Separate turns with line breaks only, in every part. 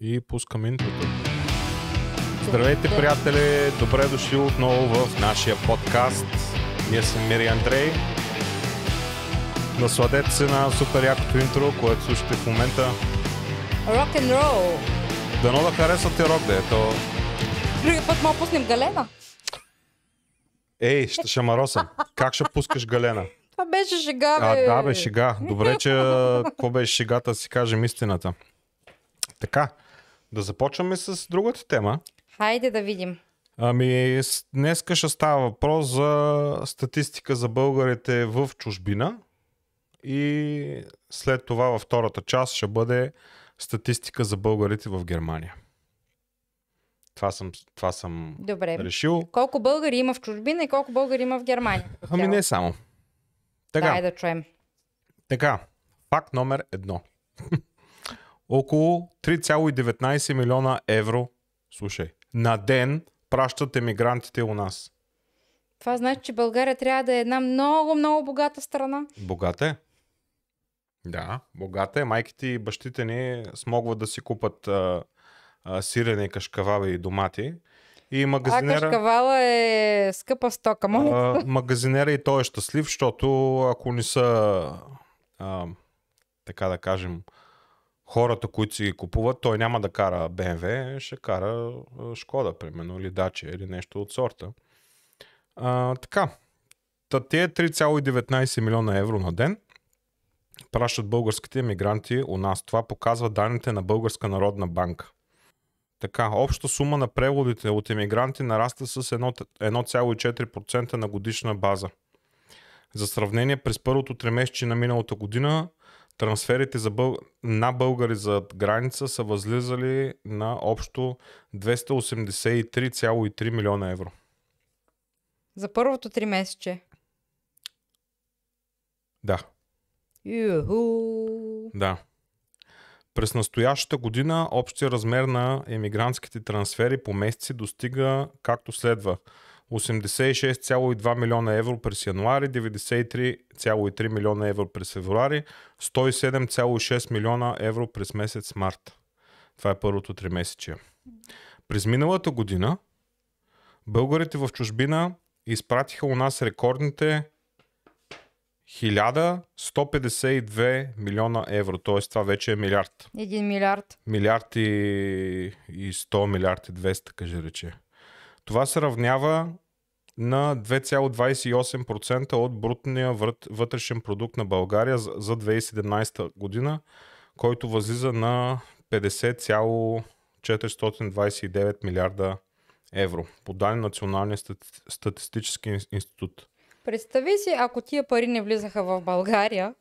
и пускам интрото. Здравейте, приятели! Добре дошли отново в нашия подкаст. Ние сме Мири и Андрей. Насладете се на супер якото интро, което слушате в момента.
Рок н рол.
Дано да харесвате рок, да е то.
Другия път мога пуснем галена.
Ей, ще шамаросам. Как ще пускаш Галена?
Това беше шега,
А,
бе.
да, бе, шега. Добре, че а, какво беше шегата, си кажем истината. Така, да започваме с другата тема.
Хайде да видим.
Ами, с- днеска ще става въпрос за статистика за българите в чужбина и след това във втората част ще бъде статистика за българите в Германия. Това съм, това съм
Добре.
решил.
Колко българи има в чужбина и колко българи има в Германия?
Ами не само. Така.
Дай да чуем.
Така, факт номер едно. Около 3,19 милиона евро, слушай, на ден пращат емигрантите у нас.
Това значи, че България трябва да е една много, много богата страна.
Богата е? Да, богата е. Майките и бащите ни смогват да си купат а, а, сирене, кашкаваби и домати. И
А
магазинера,
кашкавала е скъпа стока. Моля.
а, магазинера и той е щастлив, защото ако не са, а, така да кажем, хората, които си ги купуват, той няма да кара BMW, ще кара а, Шкода, примерно, или Дача, или нещо от сорта. А, така, Та те 3,19 милиона евро на ден пращат българските емигранти у нас. Това показва данните на Българска народна банка. Така, обща сума на преводите от емигранти нараста с 1 1,4% на годишна база. За сравнение, през първото тримесечие на миналата година трансферите за бъл... на българи за граница са възлизали на общо 283,3 милиона евро.
За първото три месече.
Да.
Юху.
Да. През настоящата година общия размер на емигрантските трансфери по месеци достига както следва. 86,2 милиона евро през януари, 93,3 милиона евро през февруари, 107,6 милиона евро през месец март. Това е първото тримесечие. През миналата година българите в чужбина изпратиха у нас рекордните 1152 милиона евро, т.е. това вече е милиард.
Един милиард.
Милиард и, и 100, милиард и 200, каже рече. Това се равнява на 2,28% от брутния врат- вътрешен продукт на България за- за 2017 година, който възлиза на 50,429 милиарда евро, по данни на Националния стати- статистически ин- институт.
Представи си, ако тия пари не влизаха в България,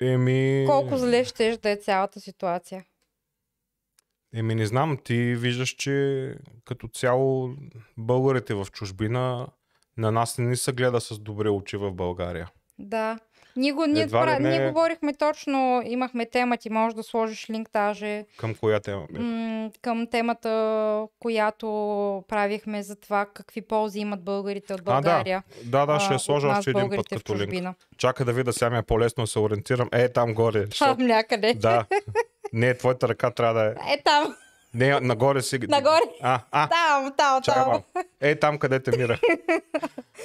Еми...
колко зле ще да е цялата ситуация.
Еми не знам, ти виждаш, че като цяло българите в чужбина на нас не ни се гледа с добре очи в България.
Да. Ние, го, ние,
Едва ли
пра...
не-
ние говорихме точно, имахме тема, ти можеш да сложиш линк даже
Към коя тема?
м- към темата, която правихме за това какви ползи имат българите от
А,
България.
Да, да, ще
а,
я сложа
от нас,
още един път
българите в
като линк.
чужбина.
Чака да видя, сега ми е по-лесно да се ориентирам. Е, там горе.
Там
защото-
някъде.
Да. Не, твоята ръка трябва да е.
Е, там,
Не, нагоре си.
Нагоре.
А, а,
там, там,
Е, чакай
там.
малко. Е, там къде те мира.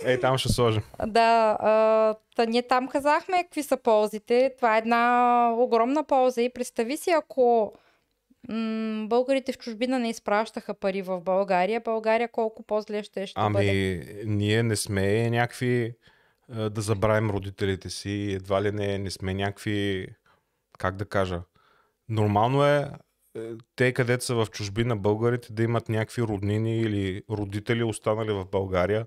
Е, там ще сложим.
Да, а, та ние там казахме какви са ползите. Това е една огромна полза и представи си, ако м- българите в чужбина не изпращаха пари в България, България колко по-зле ще, ще бъде.
Ами, ние не сме някакви а, да забравим родителите си, едва ли не, не сме някакви, как да кажа, нормално е е, те, където са в чужбина българите, да имат някакви роднини или родители останали в България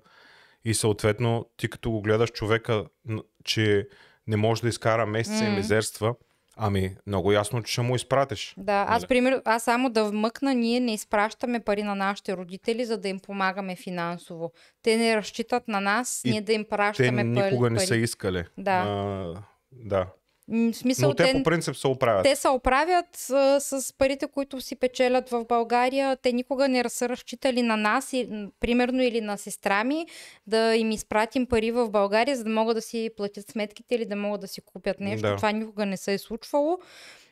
и съответно ти като го гледаш човека, н- че не може да изкара месеца и
М.
мизерства, ами много ясно, че ще му изпратиш.
Да, аз,
Нали?
пример, аз само да вмъкна, ние не изпращаме пари на нашите родители, за да им помагаме финансово. Те не разчитат на нас,
И
ние да им
Те
пращаме пари.
никога не
пари.
са искали.
Да.
А, да.
М, В смисъл,
Но те по принцип се оправят.
Те се оправят с, с парите, които си печелят в България. Те никога не са разчитали на нас, и, м, примерно, или на сестра ми, да им изпратим пари в България, за да могат да си платят сметките или да могат да си купят нещо.
Да.
Това никога не се е случвало.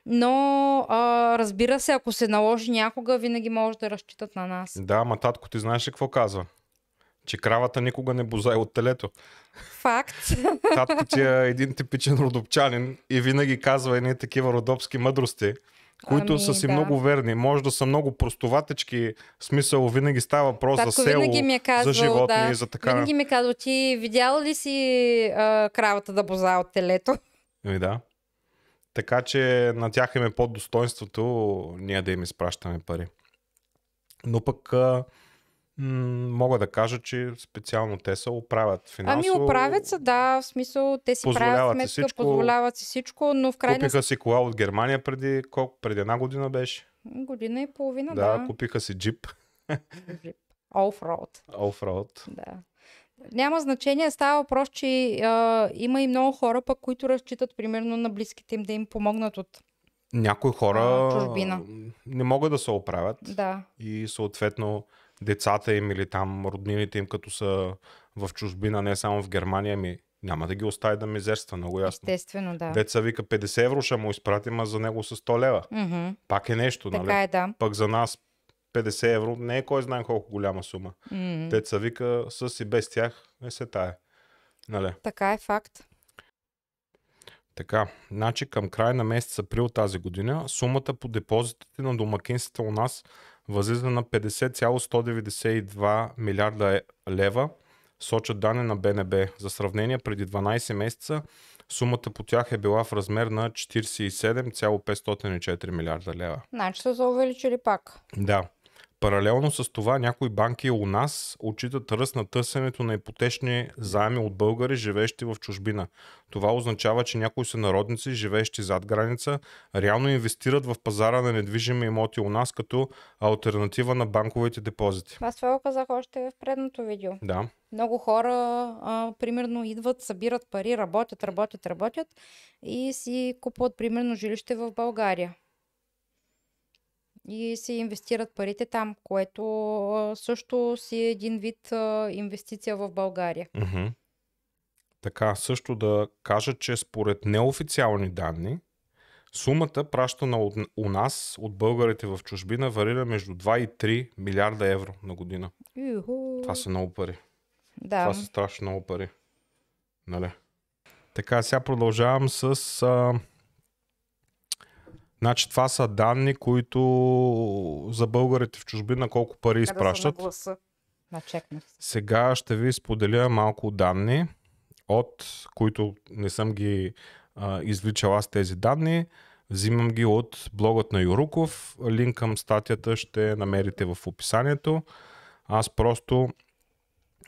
Но, а, разбира се, ако се наложи някога, винаги може да разчитат на нас.
Да, ма татко ти знаеш ли какво казва? Че кравата никога не бозае от телето.
Факт.
Татко ти е един типичен родопчанин и винаги казва едни такива родопски мъдрости, които
Ами,
са си
да.
много верни. Може да са много простоватечки, в смисъл винаги става въпрос
Татко
за село,
винаги ми е казвал,
за животни,
да.
за така.
Винаги ми казва, ти видяла ли си а, кравата да боза от телето?
Ами да. Така че на тях им е под достоинството ние да им изпращаме пари. Но пък а, м- мога да кажа, че специално те се оправят
Ами
финансово.
оправят се, да, в смисъл те си
Позволяват
правят
си
сметка,
всичко.
позволяват си всичко, но в крайна
Купиха си кола от Германия преди, колко, преди една година беше.
година и половина,
да,
да.
купиха си джип
Оффроуд,
оффроуд.
да. Няма значение, става въпрос, че а, има и много хора, пък, които разчитат примерно на близките им да им помогнат от...
Някои хора
А, чужбина.
м, не могат да се оправят
Да,
и съответно децата им или там роднините им, като са в чужбина, не само в Германия, ми няма да ги остави да мизерства, много ясно.
естествено, да.
Деца вика 50 евро ще му изпратим, а за него са 100 лева.
Мгм,
Пак е нещо, нали?
Така е, да.
Пък за нас 50 евро не е кой знае колко голяма сума.
М,
Деца вика с и без тях не се тая. Нали?
Така е факт.
Така, значи към края на месец април тази година сумата по депозитите на домакинствата у нас възлиза на 50,192 милиарда е- лева, сочат данни на БНБ. За сравнение, преди 12 месеца сумата по тях е била в размер на 47,504 милиарда лева.
Значи са се увеличили пак.
Да. Паралелно с това някои банки у нас отчитат ръст на търсенето на ипотечни заеми от българи, живеещи в чужбина. Това означава, че някои сънародници, живеещи зад граница, реално инвестират в пазара на недвижими имоти у нас като альтернатива на банковите депозити.
Аз това го казах още в предното видео.
Да,
Много хора, а, примерно, идват, събират пари, работят, работят, работят и си купуват, примерно, жилище в България. И си инвестират парите там, което а, също си е един вид а, инвестиция в България.
Мгм. Така, също да кажа, че според неофициални данни, сумата пращана от, у нас от българите в чужбина варира между 2 и 3 милиарда евро на година.
Юху.
Това са много пари.
да.
Това са страшно много пари. Нали? Така, сега продължавам с... А... Значи това са данни, които за българите в чужбина колко пари
Така да са на
изпращат.
гласа. Начекнах се.
Сега ще ви споделя малко данни, от които не съм ги а, извличал аз тези данни. Взимам ги от блогът на Юруков. Линк към статията ще намерите в описанието. Аз просто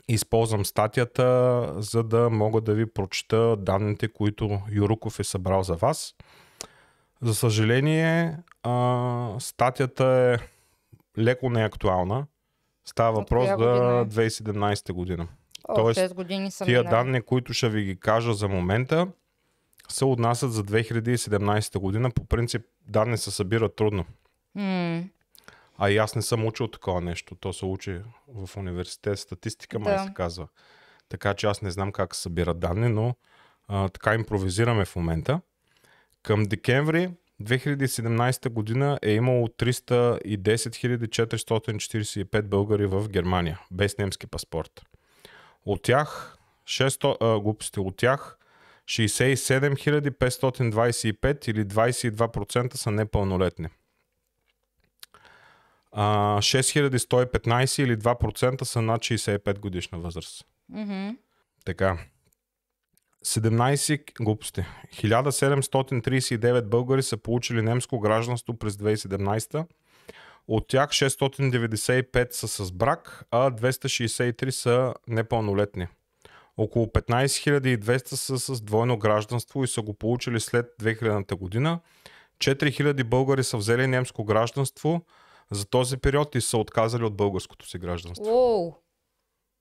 използвам статията, за да мога да ви прочета данните, които Юруков е събрал за вас. За съжаление, а, статията е леко неактуална. Става
От
въпрос
коя година
за
е?
2017 година.
О,
Тоест,
6 години съм
Тия
минали.
данни, които ще ви ги кажа за момента, се отнасят за 2017 година. По принцип, данни се събират трудно.
М,
А и аз не съм учил такова нещо. То се учи в университет статистика, май
Да.
се казва. Така че аз не знам как се събират данни, но а, така импровизираме в момента. Към декември 2017 година е имало 310 445 българи в Германия, без немски паспорт. От тях, 600, а, глупости, от тях 67 525 или 22% са непълнолетни. А, 6115 или 2% са над 65 годишна възраст.
мгм.
Така. 17 глупости. 1739 българи са получили немско гражданство през 2017. От тях 695 са с брак, а 263 са непълнолетни. Около 15200 са с двойно гражданство и са го получили след 2000 година. 4000 българи са взели немско гражданство за този период и са отказали от българското си гражданство.
Уоу.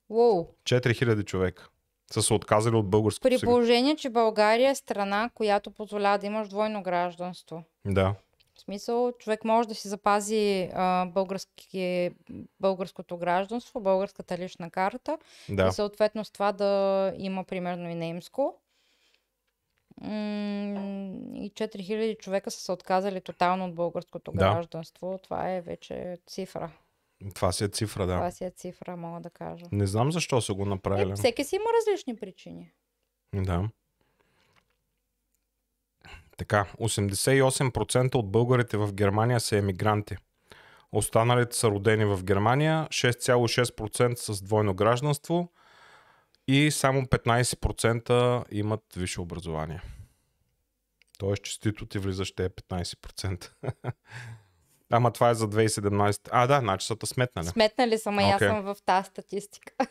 Уоу.
4000 човека са се отказали от българското
При
сега.
положение, че България е страна, която позволява да имаш двойно гражданство.
Да.
В смисъл, човек може да си запази а, български, българското гражданство, българската лична карта
Да.
и съответно с това да има примерно и немско. М, и 4000 човека са се отказали тотално от българското
Да.
гражданство. Това е вече цифра.
Това си е цифра, да.
Това си е цифра, мога да кажа.
Не знам защо са го направили.
Е, всеки си има различни причини.
Да. Така, 88% от българите в Германия са емигранти. Останалите са родени в Германия, 6,6% с двойно гражданство и само 15% имат висше образование. Тоест, честито ти влизаш те 15%. Ама това е за 2017. А, да, значи са те сметнали.
Сметнали съм, а аз
Окей.
съм в тази статистика.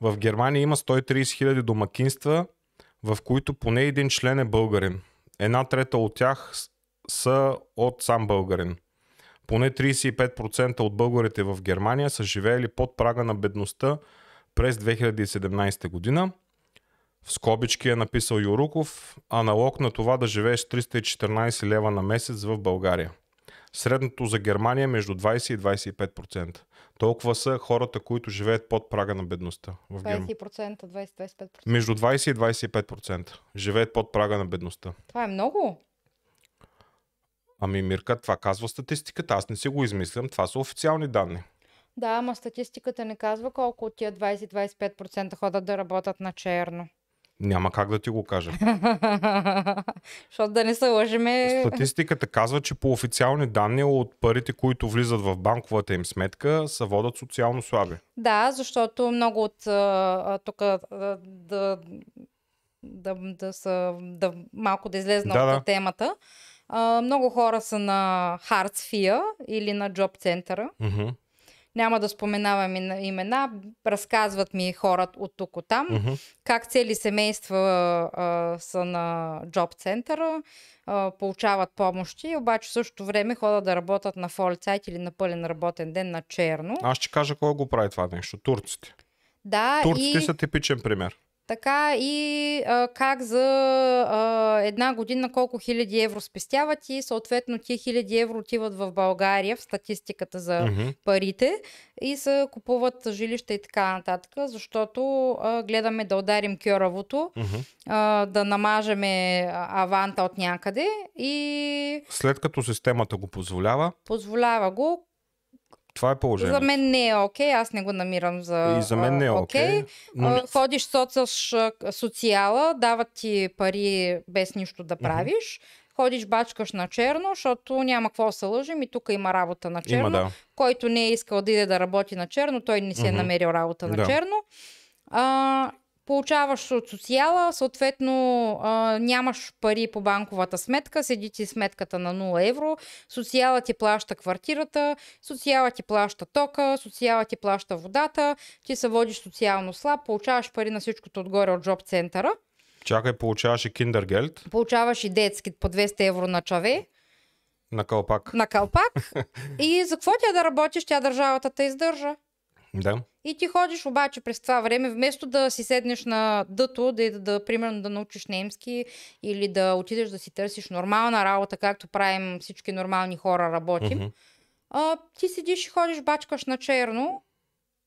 В Германия има 130 000 домакинства, в които поне един член е българин. Една трета от тях с- са от сам българин. Поне 35% от българите в Германия са живеели под прага на бедността през 2017 година. В скобички е написал Юруков, аналог на това да живееш с 314 лева на месец в България. Средното за Германия е между 20 и 25%. Толкова са хората, които живеят под прага на бедността в Германия.
20%, 20-25%.
Между 20 и 25% живеят под прага на бедността.
Това е много.
Ами Мирка, това казва статистиката. Аз не си го измислям. Това са официални данни.
Да, ама статистиката не казва колко от тия 20-25% ходят да работят на черно.
Няма как да ти го кажа.
Защото да не се лъжиме.
Статистиката казва, че по официални данни от парите, които влизат в банковата им сметка, са водят социално слаби.
Да, защото много от а, а, тук а, да, да, да, са, да малко да излезна
Да,
от
да.
темата. А, много хора са на Хартсфия или на Джоб центъра.
Мгм,
Няма да споменавам ина- имена. Разказват ми хора от тук от там.
мгм.
как цели семейства а, са на джоб центъра, а, получават помощи, обаче в същото време ходят да работят на фолицайт или на пълен работен ден на черно.
Аз ще кажа кой го прави това нещо. Турците.
да,
Турците
и
са типичен пример.
така и а, как за а, една година колко хиляди евро спестяват и съответно тия хиляди евро отиват в България в статистиката за
Мгм.
парите и се купуват жилища и така нататък, защото а, гледаме да ударим кьоравото,
Мгм.
а, да намажеме а, аванта от някъде и
След като системата го позволява,
позволява го.
това е
За
положението.
мен не е окей, аз не го намирам за
И за мен не е
а,
окей. но
А,
не-
Ходиш соцаш социала, дават ти пари без нищо да правиш. Ходиш бачкаш на черно, защото няма какво да се лъжим и тук има работа на черно.
Има, да.
Който не е искал да иде да работи на черно, той не си е
Мгм.
намерил работа на
Да.
черно. А, получаваш от социала, съответно а, нямаш пари по банковата сметка, седи ти сметката на 0 евро, социала ти плаща квартирата, социала ти плаща тока, социала ти плаща водата, ти се водиш социално слаб, получаваш пари на всичкото отгоре от джоб центъра,
Чакай, получаваш и киндергелд
получаваш и детски по 200 евро на чаве,
на кълпак.
на калпак и за какво тя да работиш, тя държавата те издържа.
Да.
И ти ходиш обаче през това време, вместо да си седнеш на дъто, да, да, да примерно да научиш немски или да отидеш да си търсиш нормална работа, както правим всички нормални хора, работим,
Мгм,
а, ти седиш и ходиш, бачкаш на черно,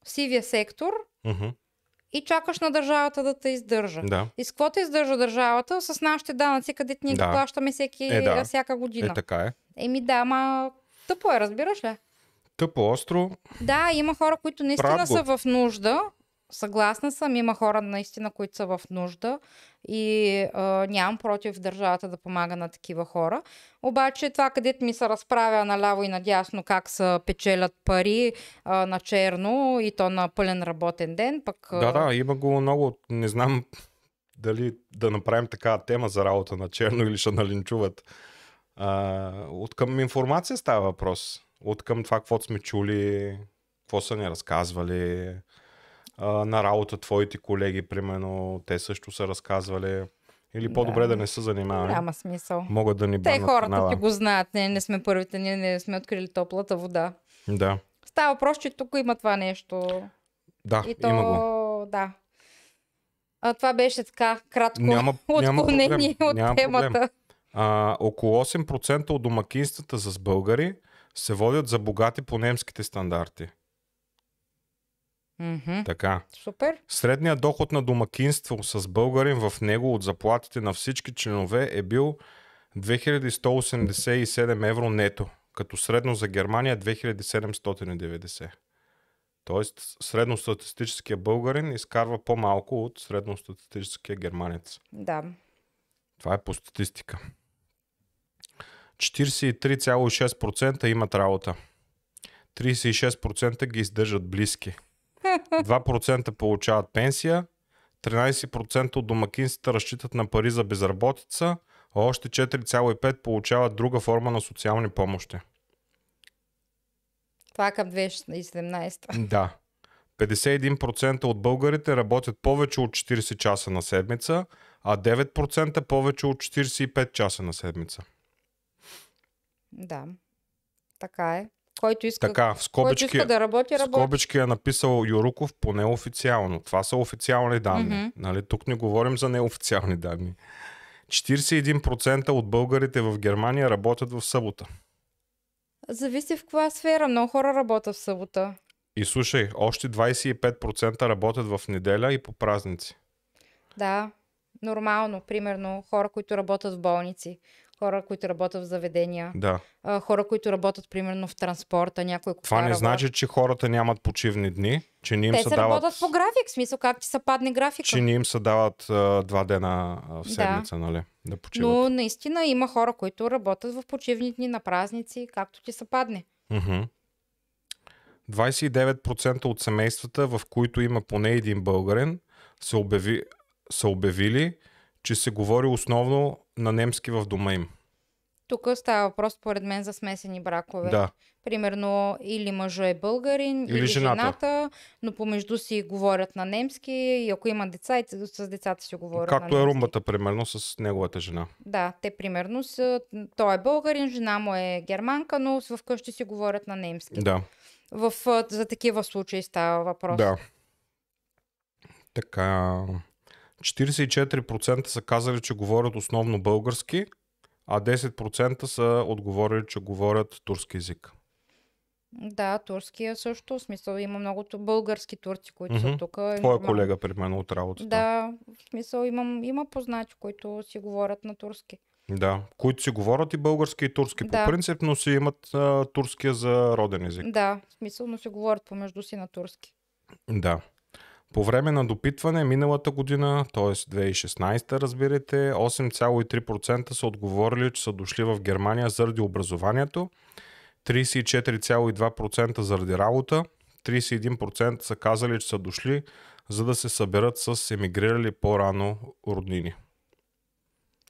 в сивия сектор
мгм.
и чакаш на държавата да те издържа.
Да.
И с какво те издържа държавата? С нашите данъци, където ние
Да.
ги плащаме всеки,
Е, да.
всяка година.
Е, така е.
Еми да, ма тъпо е, разбираш ли?
Тъпо остро,
Да, има хора, които наистина
Правят го.
са в нужда. Съгласна съм, има хора наистина, които са в нужда и а, нямам против държавата да помага на такива хора. Обаче това, където ми се разправя наляво и надясно как се печелят пари а, на черно и то на пълен работен ден, пък а,
Да, да, има го много. Не знам дали да направим такава тема за работа на черно или ще налинчуват. А, от към информация става въпрос. От към това, какво сме чули, какво са ни разказвали. А, на работа твоите колеги, примерно, те също са разказвали. Или по-добре да,
Да.
не се занимаваме.
няма смисъл.
Могат да ни
Те
банат
хората
канала.
ти го знаят, ние не сме първите, ние не сме открили топлата вода.
Да,
Става въпрос, че тук има това нещо.
да,
И то,
има го.
да. А, това беше така кратко
Няма, няма
отклонение
проблем.
от
няма
темата.
проблем. А, около 8% от домакинствата с българи се водят за богати по немските стандарти.
Мгм.
Така.
Супер.
Средният доход на домакинство с българин в него от заплатите на всички членове е бил 2187 евро нето, като средно за Германия е 2790. Тоест средностатистическия българин изкарва по-малко от средностатистическия германец.
Да.
Това е по статистика. 43,6% имат работа. 36% ги издържат близки. 2% получават пенсия. 13% от домакинствата разчитат на пари за безработица, а още 4,5% получават друга форма на социални помощи.
Това е към 2017.
Да. 51% от българите работят повече от 40 часа на седмица, а 9% повече от 45 часа на седмица.
Да. Така е. Който иска,
Така, в
който
скобички,
иска да работи,
в
работи.
скобички е написал Юруков поне официално. Това са официални данни.
Мгм.
Нали, тук не говорим за неофициални данни. 41% от българите в Германия работят в събота.
Зависи в каква сфера. Много хора работят в събота.
И слушай, още 25% работят в неделя и по празници.
Да, нормално. Примерно хора, които работят в болници, хора, които работят в заведения,
Да.
а, хора, които работят примерно в транспорта, някой кога
Това не
работи.
значи, че хората нямат почивни дни, че не им
Те
се
се работят
дават,
по график, в смисъл как ти се падне графика.
че не им се дават а, два дена а, в
Да.
седмица, нали? Да почиват.
Но наистина има хора, които работят в почивни дни, на празници, както ти се падне.
Мгм. 29% от семействата, в които има поне един българен, са, обяви, са обявили, че се говори основно на немски в дома им.
Тук става въпрос, според мен, за смесени бракове.
Да.
Примерно, или мъжа е българин, или,
Или жената.
жената, но помежду си говорят на немски и ако има деца, и с децата си говорят
Както
на
е
немски.
румбата, примерно, с неговата жена.
Да, те примерно са... Той е българин, жена му е германка, но с- вкъщи си говорят на немски.
Да.
В, а, за такива случаи става въпрос.
Да. Така. 44% са казали, че говорят основно български, а 10% са отговорили, че говорят турски язик.
да турския също. В смисъл има много ту- български турци, които
Мгм.
са тук. е
Твоя
нормално.
колега, примерно, от работата.
Да, в смисъл имам, има познати, които си говорят на турски.
Да, които си говорят и български и турски
Да.
по принцип, но си имат а, турския за роден език.
Да, в смисъл, но си говорят помежду си на турски.
Да. По време на допитване миналата година, т.е. 2016, разбирате, 8,3% са отговорили, че са дошли в Германия заради образованието, 34,2% заради работа, 31% са казали, че са дошли, за да се съберат с емигрирали по-рано роднини.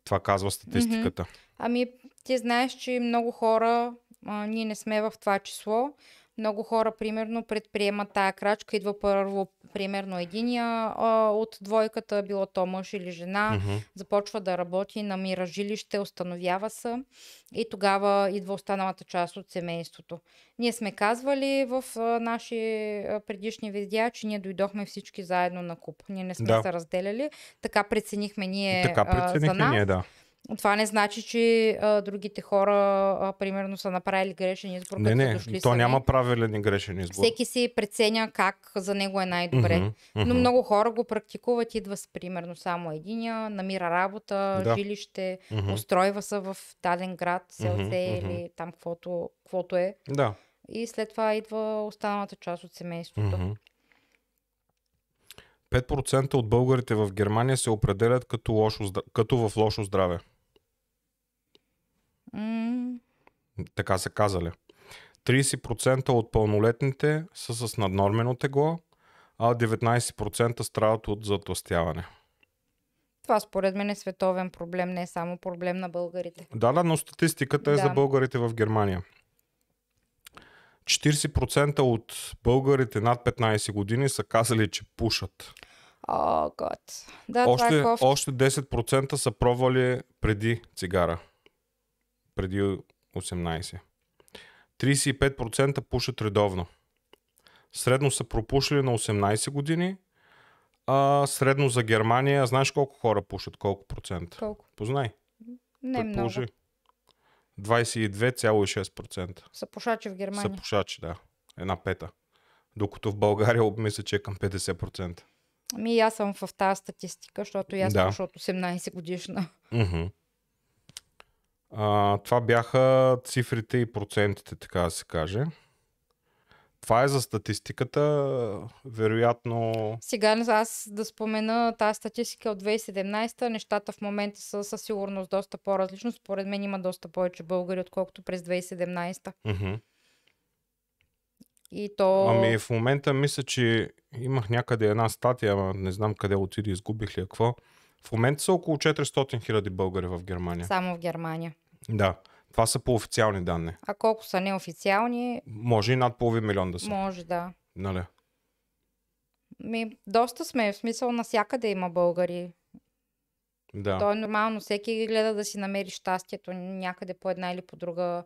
Това казва статистиката.
Ами, ти знаеш, че много хора, а, ние не сме в това число, много хора, примерно, предприемат тая крачка, идва първо, примерно, единия а, от двойката, било то мъж или жена,
Мгм.
започва да работи, намира жилище, установява се и тогава идва останалата част от семейството. Ние сме казвали в а, наши а, предишни видеа, че ние дойдохме всички заедно на куп. Ние не сме
Да.
се разделяли, така преценихме ние
така
е, а, за
преценихме
нас.
ние, да.
Това не значи, че а, другите хора, а, примерно, са направили грешен избор.
Не,
като са
не,
дошли
то
сами.
няма правилен и грешен избор.
Всеки си преценя как за него е най-добре.
Мгм, мгм.
Но много хора го практикуват, идва с примерно само единия, намира работа,
Да.
жилище,
Мгм.
устройва се в даден град, селце
Мгм, мгм.
или там каквото, каквото е.
Да.
И след това идва останалата част от семейството.
Мгм. 5% от българите в Германия се определят като, лошо, зд- като в лошо здраве.
М,
Така са казали. 30% от пълнолетните са с наднормено тегло, а 19% страдат от затластяване.
Това според мен е световен проблем, не е само проблем на българите.
Да, да, но статистиката е
Да.
за българите в Германия. 40% от българите над 15 години са казали, че пушат.
О, гот. Да, това
още,
е кофти.
още 10% са пробвали преди цигара. Преди 18. 35% пушат редовно. Средно са пропушили на 18 години, а средно за Германия, знаеш колко хора пушат, колко процент?
Колко?
Познай,
Не много.
предположи. 22,6%
Са пушачи в
са
Германия.
пушачи, да. Една пета. Докато в България мисля, че е към 50%.
Ами и аз съм в тази статистика, защото и аз
Да.
да. от 18 годишна.
Мгм. А, това бяха цифрите и процентите, така да се каже. Това е за статистиката. Вероятно,
Сега не- аз да спомена тази статистика от 2017, нещата в момента са със сигурност доста по-различно. Според мен има доста повече българи, отколкото през 2017.
мгм.
И то...
Ами в момента мисля, че имах някъде една статия, ама не знам къде отиде, изгубих ли я, какво. В момента са около 400 хиляди българи в Германия.
Само в Германия.
Да, това са по официални данни.
А колко са неофициални,
Може и над половин милион да са.
може да.
Нали?
Ми, доста сме, в смисъл насякъде има българи.
Да.
То е нормално, всеки гледа да си намери щастието някъде по една или по друга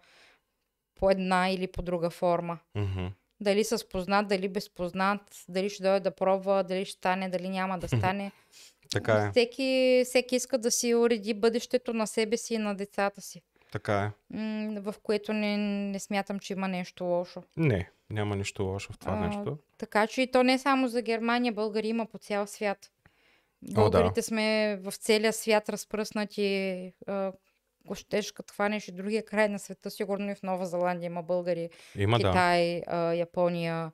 по една или по друга форма.
Мгм.
Дали с познат, дали безпознат, дали ще дойде да пробва, дали ще стане, дали няма да стане.
Така е,
Всеки, всеки иска да си уреди бъдещето на себе си и на децата си.
така е.
М, В което не, не смятам, че има нещо лошо.
Не, няма нищо лошо в това
А,
нещо.
Така че и то не е само за Германия, българи има по цял свят. Българите сме в целия свят разпръснати. а, Ако щеш, като хванеш и другия край на света, сигурно и в Нова Зеландия има българи,
Има да.
Китай, а, Япония.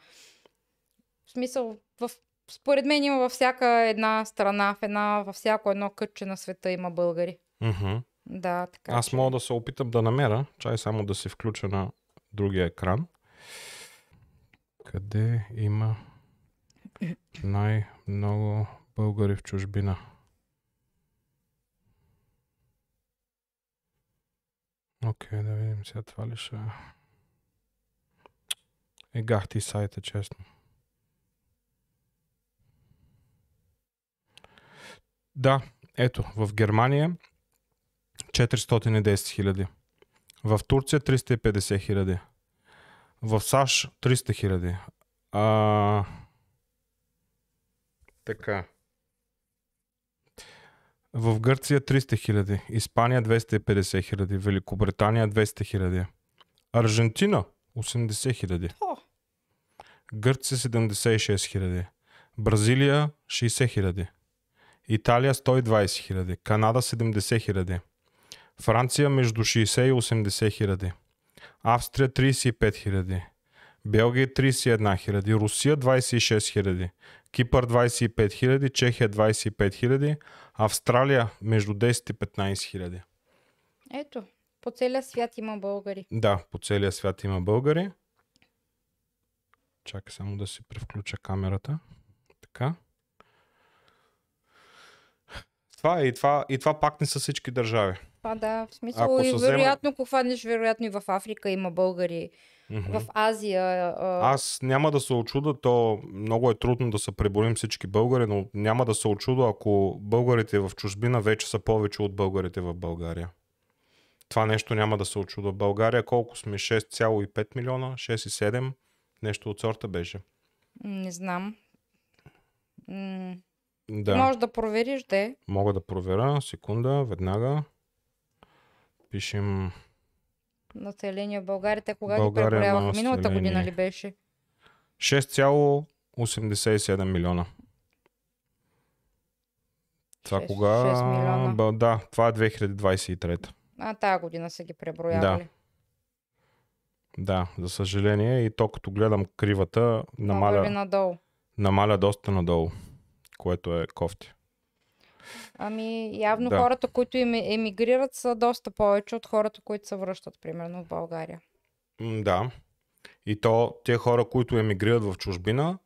В смисъл, в... според мен има във всяка една страна, в една, във всяко едно кътче на света има българи.
Мгм.
Да, така
Аз
че-
мога да се опитам да намеря. Чай само да се включа на другия екран. Къде има най-много българи в чужбина? Окей, да видим сега това ли ще... е. Егах ти сайта, честно. Да, ето, в Германия 410 хиляди. В Турция 350 хиляди. В САЩ 300 хиляди. А... Така. В Гърция 300 хиляди. Испания 250 хиляди. Великобритания 200 хиляди. Аржентина 80 хиляди.
О,
Гърция 76 хиляди. Бразилия 60 хиляди. Италия 120 хиляди. Канада 70 хиляди. Франция между 60 и 80 хиляди. Австрия 35 хиляди. Белгия 31 хиляди. Русия 26 хиляди. Кипър 25 хиляди. Чехия 25 хиляди. Австралия между 10 и 15 хиляди.
ето, по целия свят има българи.
Да, по целия свят има българи. Чакай само да си превключа камерата. Така. Това е и това, и това пак не са всички държави.
Това да, в смисъл
Ако
и
се вземе-
вероятно, ако хванеш, вероятно и в Африка има българи.
Мгм.
В Азия. А...
Аз няма да се очуда, то много е трудно да се преборим всички българи, но няма да се очуда, ако българите в чужбина вече са повече от българите в България. Това нещо няма да се очуда. В България колко сме? 6,5 милиона? 6,7? Нещо от сорта беше.
Не знам. М-
Да.
да. Може да провериш, де.
Мога да проверя. Секунда, веднага. Пишем.
Население в България. Те кога ги
България
преброяваха?
на
Миналата
население.
година ли беше?
6,87 милиона. Това
Шест-
кога?
шест милиона.
Ба, да, това е 2023.
А, тая година са ги преброявали. Да.
Да, за съжаление. И то като гледам кривата,
е Намаля...
намаля,
надолу.
намаля доста надолу, което е кофти.
Ами, явно
Да.
да. хората, които им емигрират, са доста повече от хората, които се връщат, примерно, в България.
М, Да. И то те хора, които емигрират в чужбина,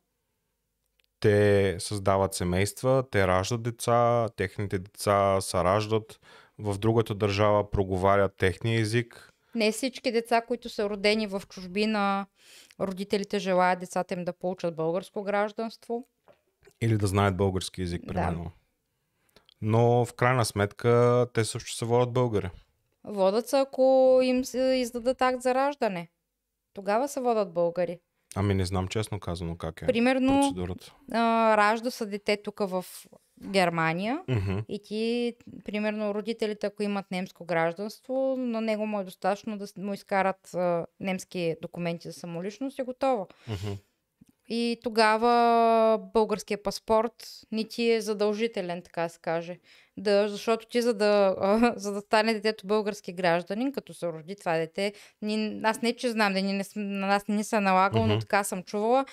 те създават семейства, те раждат деца, техните деца се раждат в другата държава, проговарят техния език.
Не всички деца, които са родени в чужбина, родителите желаят децата им да получат българско гражданство.
Или да знаят български език,
Да.
примерно. Но в крайна сметка те също се водят българи.
Водат се, ако им се издадат акт за раждане. Тогава се водат българи.
Ами не знам честно казано как е
Примерно,
процедурата.
а, ражда се дете тук в Германия
Мгм.
и ти, примерно, родителите, ако имат немско гражданство, на него му е достатъчно да с- му изкарат а, немски документи за самоличност и готово.
Мгм.
И тогава българския паспорт не ти е задължителен, така се каже. Да, защото ти, за да, а, за да стане детето български гражданин, като се роди това дете, ни, аз не че знам, да ни, не см- на нас не ни се е налагало,
Мгм.
но така съм чувала.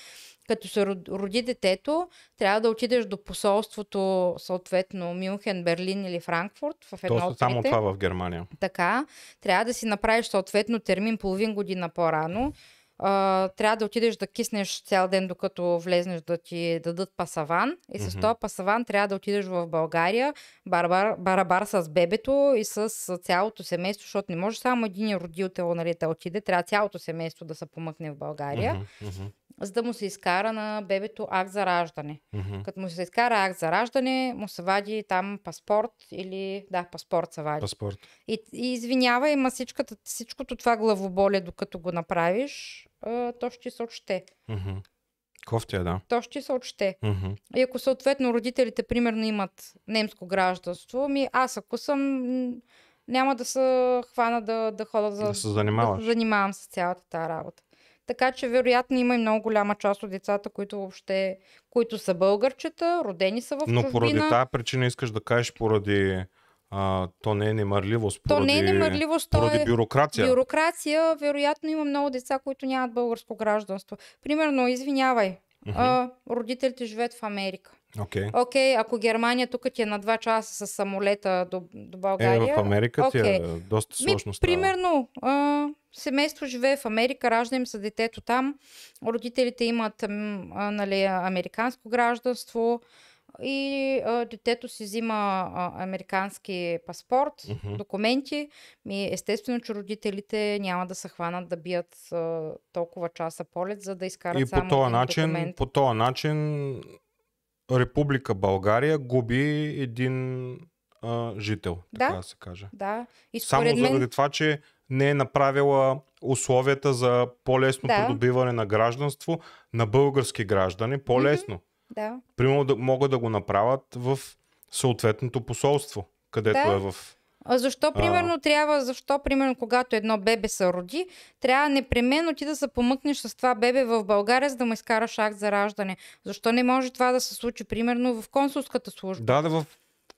Като се род- роди детето, трябва да отидеш до посолството, съответно Мюнхен, Берлин или Франкфурт, в едно
Тоест
от
е само
трите.
това в Германия.
Така, трябва да си направиш съответно термин половин година по-рано. А, трябва да отидеш да киснеш цял ден, докато влезнеш да ти дадат пасаван. И с
Мгм.
този пасаван трябва да отидеш в България, барабар, барабар с бебето и с цялото семейство, защото не може само един родител нали, да отиде. Трябва цялото семейство да се помъкне в България,
Мгм, мгм,
за да му се изкара на бебето акт за раждане.
мгм.
Като му се изкара акт за раждане, му се вади там паспорт или... Да, паспорт се вади.
Паспорт.
И, и извинявай, ма всичката, всичкото това главоболие, докато го направиш, а, то ще се отчете.
Мгм. Кофтия, да.
То ще се отчете.
Мгм.
И ако съответно родителите, примерно, имат немско гражданство, ми аз ако съм, м, няма да се хвана да, да хода за,
Да се
да
занимаваш.
се занимавам с цялата тази работа. Така че, вероятно, има и много голяма част от децата, които въобще, които са българчета, родени са в
Но поради
чужбина.
тази причина искаш да кажеш поради... А, то не е немърливост.
То
Поради,
не е немърливост, то
Поради
е...
бюрокрация.
Бюрокрация, вероятно има много деца, които нямат българско гражданство. Примерно, извинявай,
Мгм.
а, родителите живеят в Америка.
Окей. Е,
Окей, ако Германия тук ти е на 2 часа с самолета до, до
Е,
България.
в Америка ти е
Окей.
доста
ми,
сложно става.
примерно, а, семейство живее в Америка, ражда им се детето там, родителите имат м, а, нали, американско гражданство и а, детето си взима а, американски паспорт,
Мгм.
документи, ми естествено, че родителите няма да се хванат да бият а, толкова часа полет, за да изкарат
И
само
по този
един
начин,
документ.
по този начин Република България губи един а, жител, така
Да.
да се каже.
Да, и
Само
според мен...
заради това, че не е направила условията за по-лесно
Да.
придобиване на гражданство на български граждани, по-лесно.
Да,
Примерно да, могат да го направят в съответното посолство, където
Да.
е в...
А защо, примерно, трябва, защо, примерно, когато едно бебе се роди, трябва непременно ти да се помъкнеш с това бебе в България, за да му изкараш акт за раждане? Защо не може това да се случи, примерно, в консулската служба?
Да, да, в,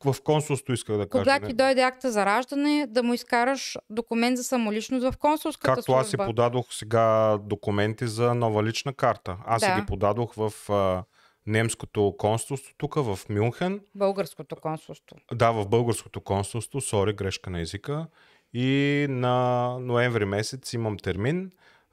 в консулство исках да кажа.
Когато
не.
е ти дойде акта за раждане, да му изкараш документ за самоличност в консулската
Както
служба.
аз си подадох сега документи за нова лична карта. Аз си
Да.
ги подадох в а, немското консулство, тук в Мюнхен.
Българското консулство.
Да, в българското консулство, сори, грешка на езика. И на ноември месец имам термин.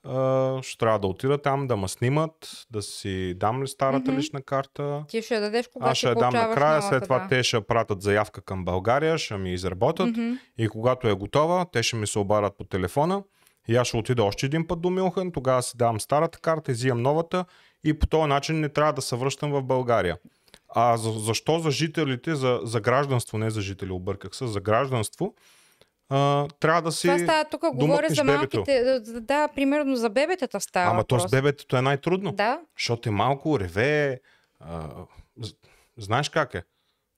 А, ще трябва да отида там, да ме снимат, да си дам ли старата
Мгм.
лична карта.
Ти ще я дадеш, когато
Аз ще я дам
получаваш
накрая,
новата,
след това
да.
те ще пратят заявка към България, ще ми изработят.
Мгм.
И когато е готова, те ще ми се обадят по телефона. И аз ще отида още един път до Мюнхен, тогава си давам старата карта, изимам новата и по този начин не трябва да се връщам в България. А за, защо за жителите, за, за гражданство, не за жители, обърках се, за гражданство, а, трябва да си...
Това става тук, говоря
домъкнеш
за
бебето.
малките, да, да, примерно за бебетата става
Ама то
въпрос.
с бебетето е най-трудно,
Да,
защото е малко, реве, а, з- знаеш как е.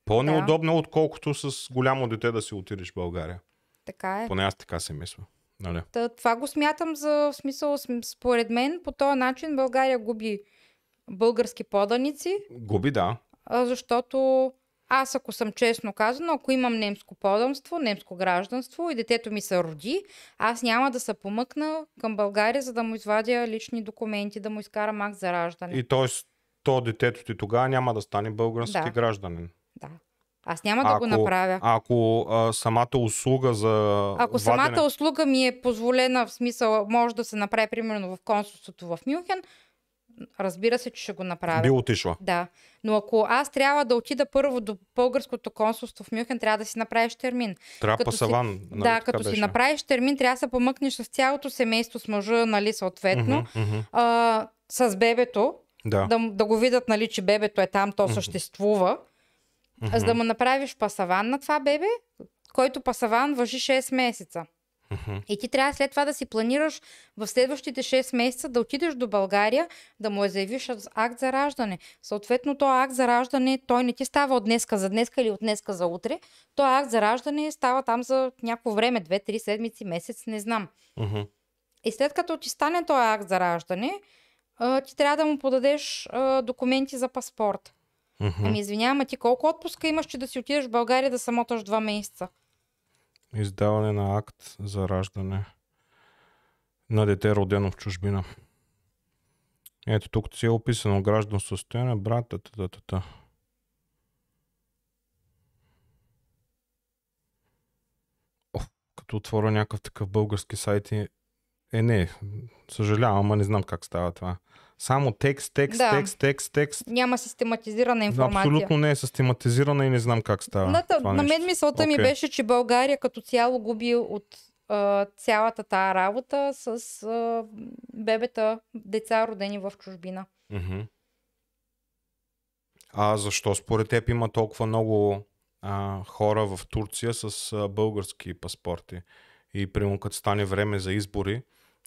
По-неудобно, отколкото с голямо дете да си отидеш в България.
така е.
Поне аз така си мисля. Нали?
Та, това го смятам за в смисъл, см- според мен, по този начин България губи български поданици,
Губи, да.
а, защото аз, ако съм честно казано, ако имам немско поданство, немско гражданство и детето ми се роди, аз няма да се помъкна към България, за да му извадя лични документи, да му изкарам акт за раждане.
И т.е. то детето ти тогава няма да стане български
Да.
гражданин.
Да. Аз няма да
Ако-
го направя.
Ако а, самата услуга за вадене...
Ако самата услуга ми е позволена, в смисъл може да се направи примерно в консулството в Мюнхен, разбира се, че ще го направя.
би отишла.
Да, но ако аз трябва да отида първо до българското консулство в Мюнхен, трябва да си направиш термин.
Трябва
Като си-
пасаван. нали,
да,
така
като си
беше?
направиш термин, трябва да се помъкнеш с цялото семейство, с мъжа, нали, съответно,
Мгм, мгм.
а, с бебето,
Да.
да, м- да го видят, нали, че бебето е там, то
Мгм.
съществува, за да
мгм,
му направиш пасаван на това бебе, който пасаван въжи 6 месеца.
мгм.
И ти трябва след това да си планираш в следващите 6 месеца да отидеш до България, да му я заявиш с акт за раждане. Съответно, то акт за раждане, той не ти става от днеска за днеска или от днеска за утре. То акт за раждане става там за някакво време, 2-3 седмици, месец, не знам.
Мгм.
И след като ти стане този акт за раждане, а, ти трябва да му подадеш а, документи за паспорт.
Мгм.
Ами извинявай, ама ти колко отпуска имаш, че да си отидеш в България да самоташ два месеца?
Издаване на акт за раждане на дете родено в чужбина. Ето тук си е описано гражданство състояние, брат, та, та, та, та, та. О, като отворя някакъв такъв български сайт и... Е, не, съжалявам, ама не знам как става това. Само текст, текст,
Да.
текст, текст, текст.
Няма систематизирана информация.
Абсолютно не е систематизирана и не знам как става.
На,
това
та, на
нещо.
мен мисълта ми
Окей.
беше, че България като цяло губи от а, цялата тая работа с а, бебета, деца родени в чужбина.
Мгм. А защо според теб има толкова много а, хора в Турция с а, български паспорти? И примерно като стане време за избори,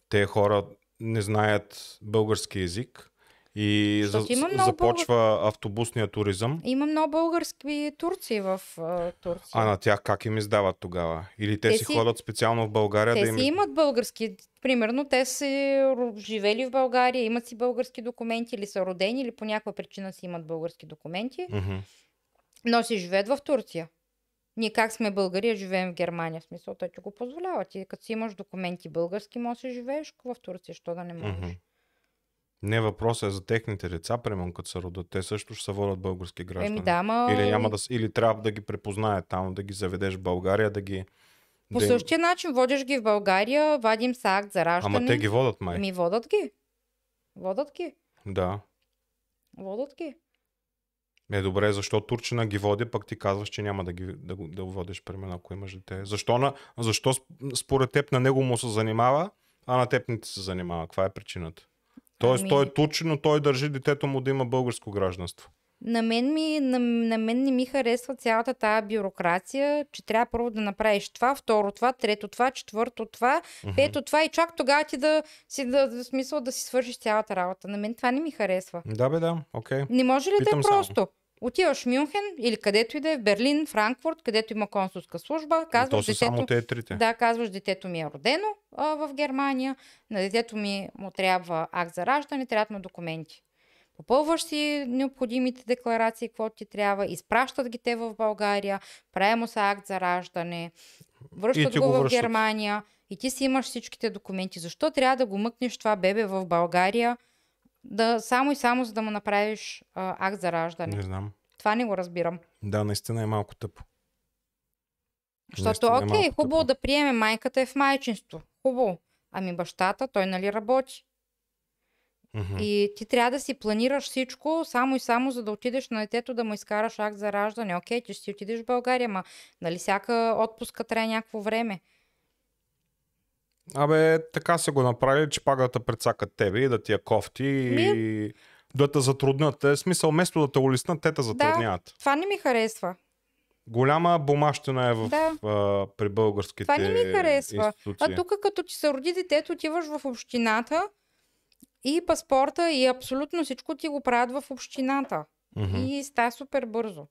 те хора не знаят български език и за,
Защото има много
започва автобусния туризъм.
Има много български турци в а, Турция.
А на тях как им издават тогава? Или те,
Те
си
си-
ходят специално в България
те
да им...
си имат български, примерно, те са ро- живели в България, имат си български документи или са родени, или по някаква причина си имат български документи,
Мгм.
но си живеят в Турция. Ние как сме българи, а живеем в Германия. В смисъл, той ти го позволява. Ти като си имаш документи български, можеш да живееш в Турция, що да не можеш.
Мгм. Не, въпросът е за техните деца, примерно като се родят. Те също ще се водят български граждани.
Еми да, ма...
Или, няма да, с- или трябва да ги препознаят там, да ги заведеш в България, да ги...
По
да им-
същия начин водиш ги в България, вадим са акт за раждане.
Ама те ги водят май.
Ми водат ги. Водат ги.
Да.
Водат ги.
Е, добре, защо турчина ги води, пък ти казваш, че няма да ги да, го- да го водиш, примерно, ако имаш дете. Защо, на, защо сп- според теб на него му се занимава, а на теб не ти се занимава? Каква е причината? Тоест,
Ами-
той е турчин, но той държи детето му да има българско гражданство.
На мен, ми, на, на мен не ми харесва цялата тая бюрокрация, че трябва първо да направиш това, второ това, трето това, четвърто това,
Мгм.
пето Е, това и чак тогава ти да си да, в смисъл да си свършиш цялата работа. На мен това не ми харесва.
Да, бе, да, окей.
Не може ли да
Питам
е
само.
просто? Отиваш в Мюнхен или където и да е, в Берлин, Франкфурт, където има консулска служба,
То
казваш
са
детето,
само те трите.
Да, казваш, детето ми е родено а, в Германия, на детето ми му трябва акт за раждане, трябват му документи. Попълваш си необходимите декларации, какво ти трябва, изпращат ги те в България, прави му се акт за раждане, връщат
ти
го,
го
в
връщат.
Германия и ти си имаш всичките документи. Защо трябва да го мъкнеш това бебе в България да, само и само за да му направиш а, акт за раждане?
Не знам.
Това не го разбирам.
Да, наистина е малко тъпо.
Защото,
Наистина е
окей,
малко
хубаво
тъпо.
да приеме, майката е в майчинство. Хубаво. Ами бащата, той нали работи.
Мгм.
И ти трябва да си планираш всичко, само и само за да отидеш на детето да му изкараш акт за раждане. Окей, ти ще си отидеш в България, ма нали всяка отпуска трябва някакво време.
Абе, така са го направили, че пак да те прецакат тебе и да ти я кофти и да те затруднат. Е, смисъл, вместо да те улеснат, те те затрудняват.
Това не ми харесва.
Голяма бумащина е в,
Да.
а, при българските
Това не ми харесва.
институции.
А тук като ти се роди детето, отиваш в общината и паспорта и абсолютно всичко ти го правят в общината.
Мгм.
и ста супер бързо.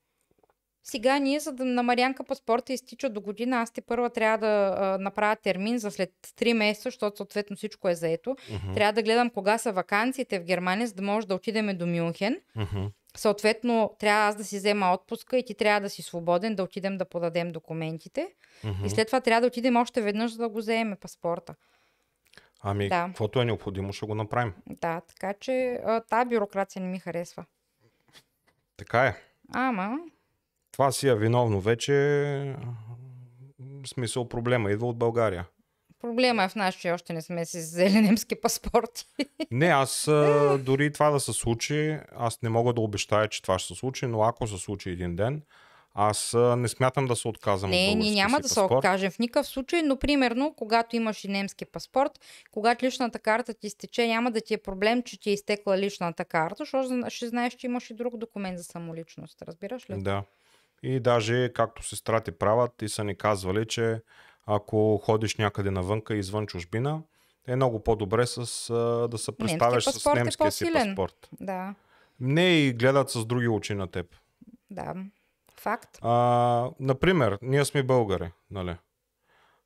Сега ние, за да на Марианка паспорта изтича до година, аз те първа трябва да а, направя термин за след 3 месеца, защото съответно всичко е заето.
Мгм.
Трябва да гледам кога са вакансиите в Германия, за да може да отидем до Мюнхен.
Мгм.
Съответно, трябва аз да си взема отпуска и ти трябва да си свободен, да отидем да подадем документите.
Мгм.
И след това трябва да отидем още веднъж, за да го вземе паспорта.
Ами,
Да.
каквото е необходимо, ще го направим.
Да, така че а, тая бюрокрация не ми харесва.
Така е.
Ама,
Това си е виновно вече. В смисъл, проблема идва от България.
проблема е в нас, че още не сме си взели немски паспорти.
Не, аз а, дори това да се случи, аз не мога да обещая, че това ще се случи, но ако се случи един ден, аз а, не смятам да се отказвам от
Не, ние
българския
няма
си
да се
паспорт.
откажем в никакъв случай, но примерно, когато имаш и немски паспорт, когато личната карта ти изтече, няма да ти е проблем, че ти е изтекла личната карта, защото зна- ще знаеш, че имаш и друг документ за самоличност. Разбираш ли?
Да. И даже, както сестра ти правят, и са ни казвали, че ако ходиш някъде навънка извън чужбина, е много по-добре с, а, да се представяш с
паспорт е
немския си
по-силен.
паспорт.
Да,
Не и гледат с други очи на теб.
да. Факт.
А, например, ние сме българи, нали?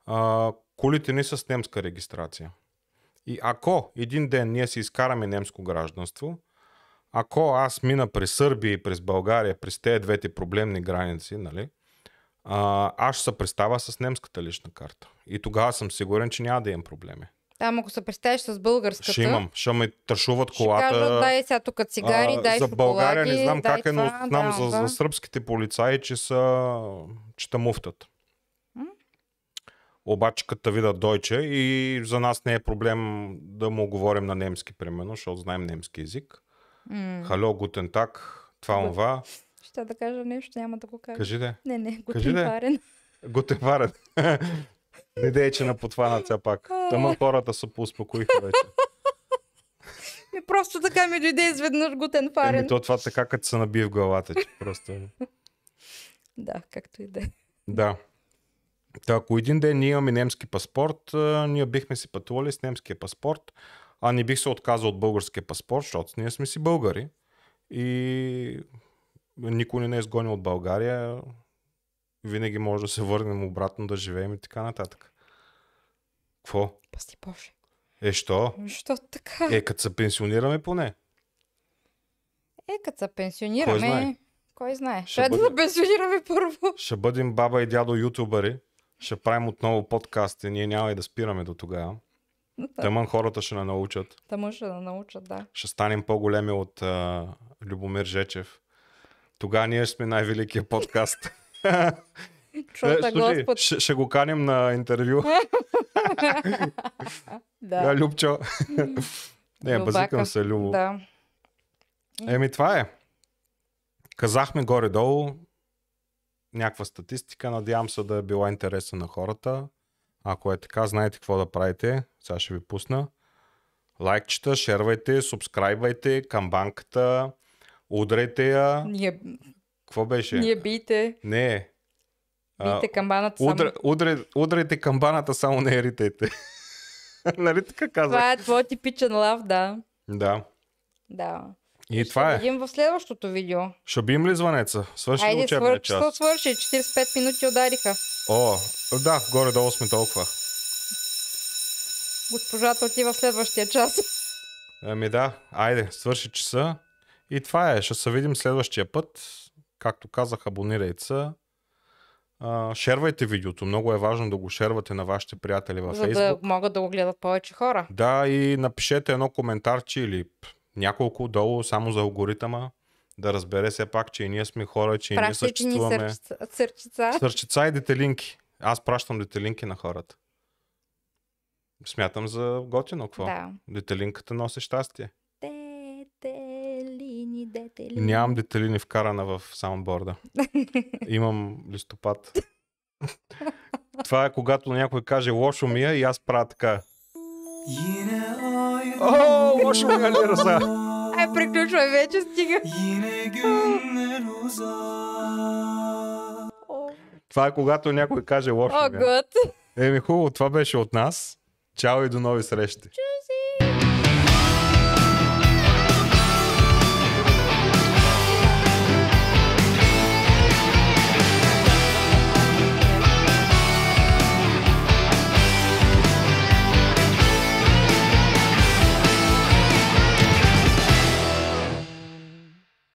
А, колите ни са с немска регистрация. И ако един ден ние си изкараме немско гражданство, ако аз мина през Сърбия и през България, през тези двете проблемни граници, нали, а, аз ще се представя с немската лична карта. И тогава съм сигурен, че няма да имам проблеми.
Там, ако се представиш с българската,
Ще имам, ще ме тършуват
ще
колата.
кажат, дай сега тук цигари,
А,
дай
за България
шоколади,
не знам
дай
как е, но
това,
знам
да,
за,
да.
за сръбските полицаи, че са че те муфтат.
М?
Обаче като видят дойче и за нас не е проблем да му говорим на немски, примерно, защото знаем немски язик.
М.
Хало, гутен так, това
Гу-
онва.
Ще да кажа нещо, няма да го кажа.
Кажи де.
Не, не,
Кажи, да.
гутенварен.
Гутен варен. Не дей, че на потванат сега пак. Тама хората се поуспокоиха вече.
Ми просто така ми дойде изведнъж гутенфарен.
Еми, то това така, като се набие в главата, че просто...
Да, както и да е.
Да. Та, ако един ден ние имаме немски паспорт, а, ние бихме си пътували с немския паспорт, а не бих се отказал от българския паспорт, защото ние сме си българи и никой не ни е изгонил от България. Винаги може да се върнем обратно да живеем и така нататък. Какво?
Пасти Боже.
Е, що?
Защо така? Е,
Е, като се пенсионираме поне.
Е, като се пенсионираме...
Кой знае?
Кой знае?
Ще
Трябва да
бъде-
се пенсионираме първо.
Ще бъдем баба и дядо ютубъри. Ще правим отново подкасти. Ние няма и да спираме до тогава. Тъмън хората ще не научат.
Та може да научат, да.
ще станем по-големи от а, Любомир Жечев. Тогава ние сме най-великия подкаст. Е,
Чорта
слушай,
Господ.
ще, ще го каним на интервю. Да.
Да.
Любчо. Не,
Любака.
базикам се, Любо.
Да.
Еми, това е. Казахме горе-долу някаква статистика. Надявам се да е била интересна на хората. Ако е така, знаете какво да правите. Сега ще ви пусна. Лайкчета, шервайте, субскрайбвайте, камбанката, удрете я.
Ние,
Какво беше?
ние бийте.
Не. А,
Бийте камбаната само.
удра, удра, удрайте камбаната, само не еритайте. нали така казах?
Това е твой типичен лав, да.
Да.
Да.
И това
Ще
е.
видим в следващото видео.
Ще бием ли звънеца? Свърши ли
Айде,
учебния
свър...
час?
що свърши? 45 минути удариха.
О, да, горе-долу сме толкова.
Госпожата отива в следващия час.
Ами да, айде, свърши часа. И това е. Ще се видим следващия път. Както казах, абонирайте се. А, Шервайте видеото. Много е важно да го шервате на вашите приятели във
За
Facebook.
да могат да го гледат повече хора.
Да, и напишете едно коментарче или п- няколко долу, само за алгоритъма, да разбере все пак, че и ние сме хора, че и ние
Пращайте ни
съществуваме.
сърчица- сърчица.
Сърчица и детелинки. Аз пращам детелинки на хората. Смятам за готино, какво?
Да.
Детелинката носи щастие.
Детелини, детелини.
Нямам детелини вкарана в саундборда. Имам листопад. Това е когато някой каже лошо ми е и аз правя така.
Yine ayrı
О, лошо ми е Лирса!
Ай, приключвай вече, стига.
Yine günler uzar
О,
Това е когато някой каже лошо ми е.
гът.
Еми хубаво, това беше от нас. Чао и до нови срещи.